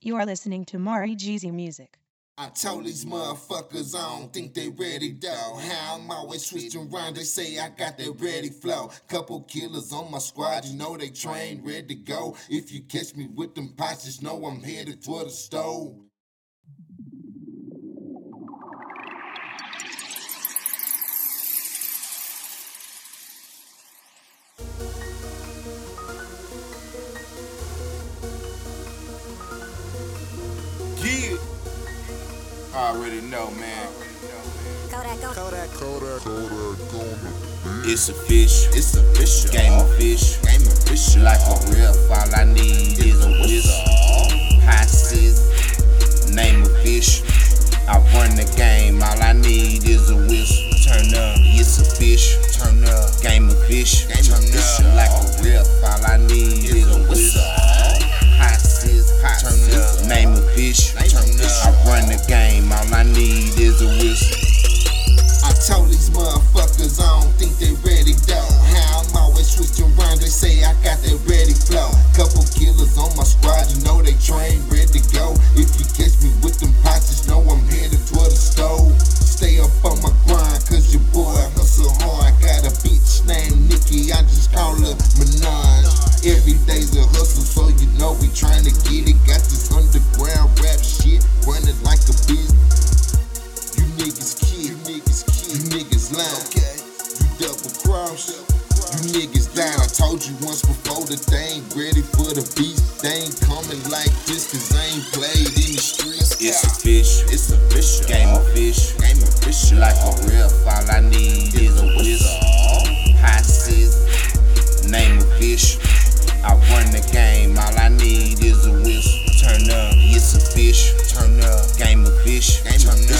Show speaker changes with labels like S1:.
S1: You are listening to Mari Jeezy Music.
S2: I told these motherfuckers I don't think they ready though. How I'm always switching round, they say I got that ready flow. Couple killers on my squad, you know they trained, ready to go. If you catch me with them pots, just know I'm headed toward the stove.
S3: Yeah. Already know, man.
S4: Kodak, Kodak.
S5: Kodak, Kodak, Kodak, Kodak.
S3: It's official.
S2: It's official.
S3: Game of fish.
S2: Game official.
S3: Like a real fall, I need is a whistle. Passes. Name of fish. I run the game. All I need is a whistle. Turn up. It's a fish. Turn up. Game of fish.
S2: Game
S3: Turn
S2: official.
S3: up. Like a real fall, I need is a whistle. Passes.
S2: Turn up.
S3: Name of fish.
S2: Name of
S3: Turn
S2: fish.
S3: up. I run the game. All I need is a whistle.
S2: I told these motherfuckers I don't think they ready though. How I'm always switching round, they say I got that ready flow. Couple killers on my squad, you know they trained, ready to go. If you catch me with them pots, just know I'm headed toward the stove. Stay up on my grind, cause your boy hustle hard. Got a bitch named Nikki, I just call her Minaj. Every day's a hustle, so you know we trying to get it. Got this underground rap shit running like a business. You niggas kid, you niggas kid, you niggas lying. You double cross, you niggas down. I told you once before that they ain't ready for the beast. They ain't coming like this cause they ain't played in the streets.
S3: It's official.
S2: It's official.
S3: Game of fish.
S2: Game official.
S3: Like a real fall, I need is a whistle. Passes. Name of fish. I run the game. All I need is a whistle. Turn up. It's a fish. Turn up. Game of fish.
S2: Game of
S3: Turn